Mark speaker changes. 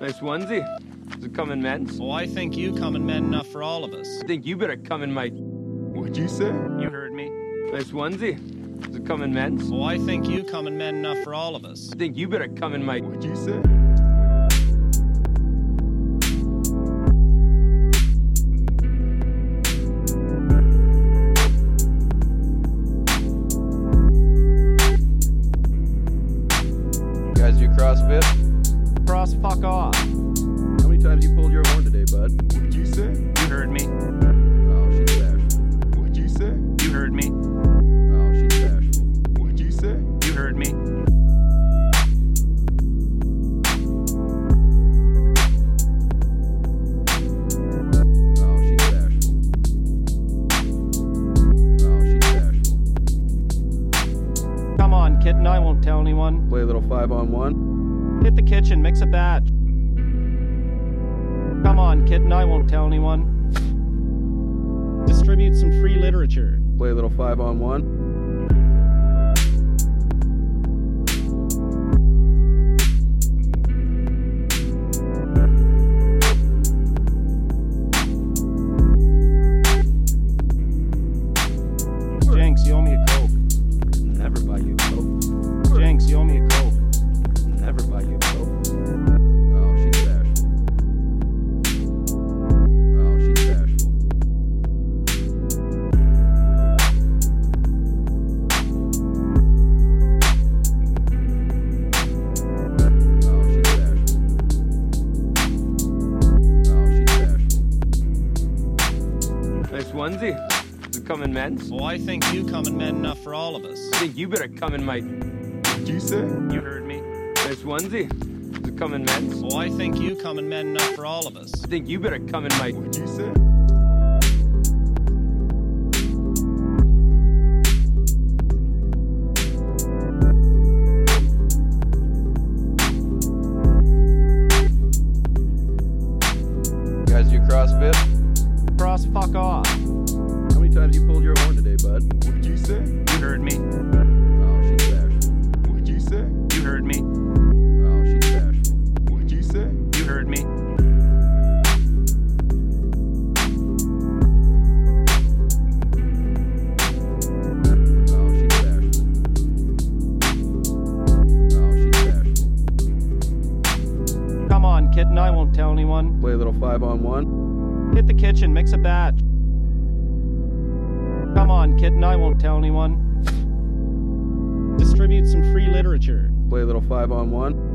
Speaker 1: Nice onesie. Is it come in men's?
Speaker 2: Well, Oh, I think you coming men enough for all of us.
Speaker 1: I think you better come in my. What'd you say?
Speaker 2: You heard me.
Speaker 1: Nice onesie. Is it come in men's?
Speaker 2: Well, Oh, I think you coming men enough for all of us.
Speaker 1: I think you better come in my. What'd you say?
Speaker 3: Guys, you CrossFit?
Speaker 2: Cross fuck off.
Speaker 3: How many times you pulled your horn today, bud?
Speaker 1: What'd you say?
Speaker 2: You heard me.
Speaker 3: Oh, she's bashful.
Speaker 1: What'd you say?
Speaker 2: You heard me.
Speaker 3: Oh, she's bashful.
Speaker 1: What'd you say?
Speaker 2: You heard me.
Speaker 3: Oh, she's bashful. Oh, she's bashful.
Speaker 2: Come on, kitten. I won't tell anyone.
Speaker 3: Play a little five on one.
Speaker 2: Hit the kitchen. Mix a batch. Come on, kitten. I won't tell anyone. Distribute some free literature.
Speaker 3: Play a little five on one.
Speaker 2: Jenks, you owe me a coke.
Speaker 3: Never buy you coke.
Speaker 2: Jenks, you owe me a coke.
Speaker 3: Never buy you coke. Oh, she's bashful. Oh, she's bashful. Oh, she's bashful. Oh, she's bashful.
Speaker 1: Nice onesie. Is it come in men's?
Speaker 2: Well, Oh, I think you coming men enough for all of us.
Speaker 1: I think you better come in my. What'd you say?
Speaker 2: You heard me.
Speaker 1: Nice onesie. Is it come in men's?
Speaker 2: Well, Oh, I think you coming men enough for all of us.
Speaker 1: I think you better come in my. What'd you say?
Speaker 3: Guys, you CrossFit?
Speaker 2: Cross fuck off.
Speaker 3: How many times you pulled your horn today, bud?
Speaker 1: What'd you say?
Speaker 2: You heard me.
Speaker 3: Oh, she's bashful.
Speaker 1: What'd you say?
Speaker 2: You heard me.
Speaker 3: Oh, she's bashful.
Speaker 1: What'd you say?
Speaker 2: You heard me.
Speaker 3: Oh, she's bashful. Oh, she's bashful.
Speaker 2: Come on, kitten. I won't tell anyone.
Speaker 3: Play a little five on one.
Speaker 2: Hit the kitchen. Mix a batch. Come on, kitten. I won't tell anyone. Distribute some free literature.
Speaker 3: Play a little five on one. Oh, Oh, Oh, Oh,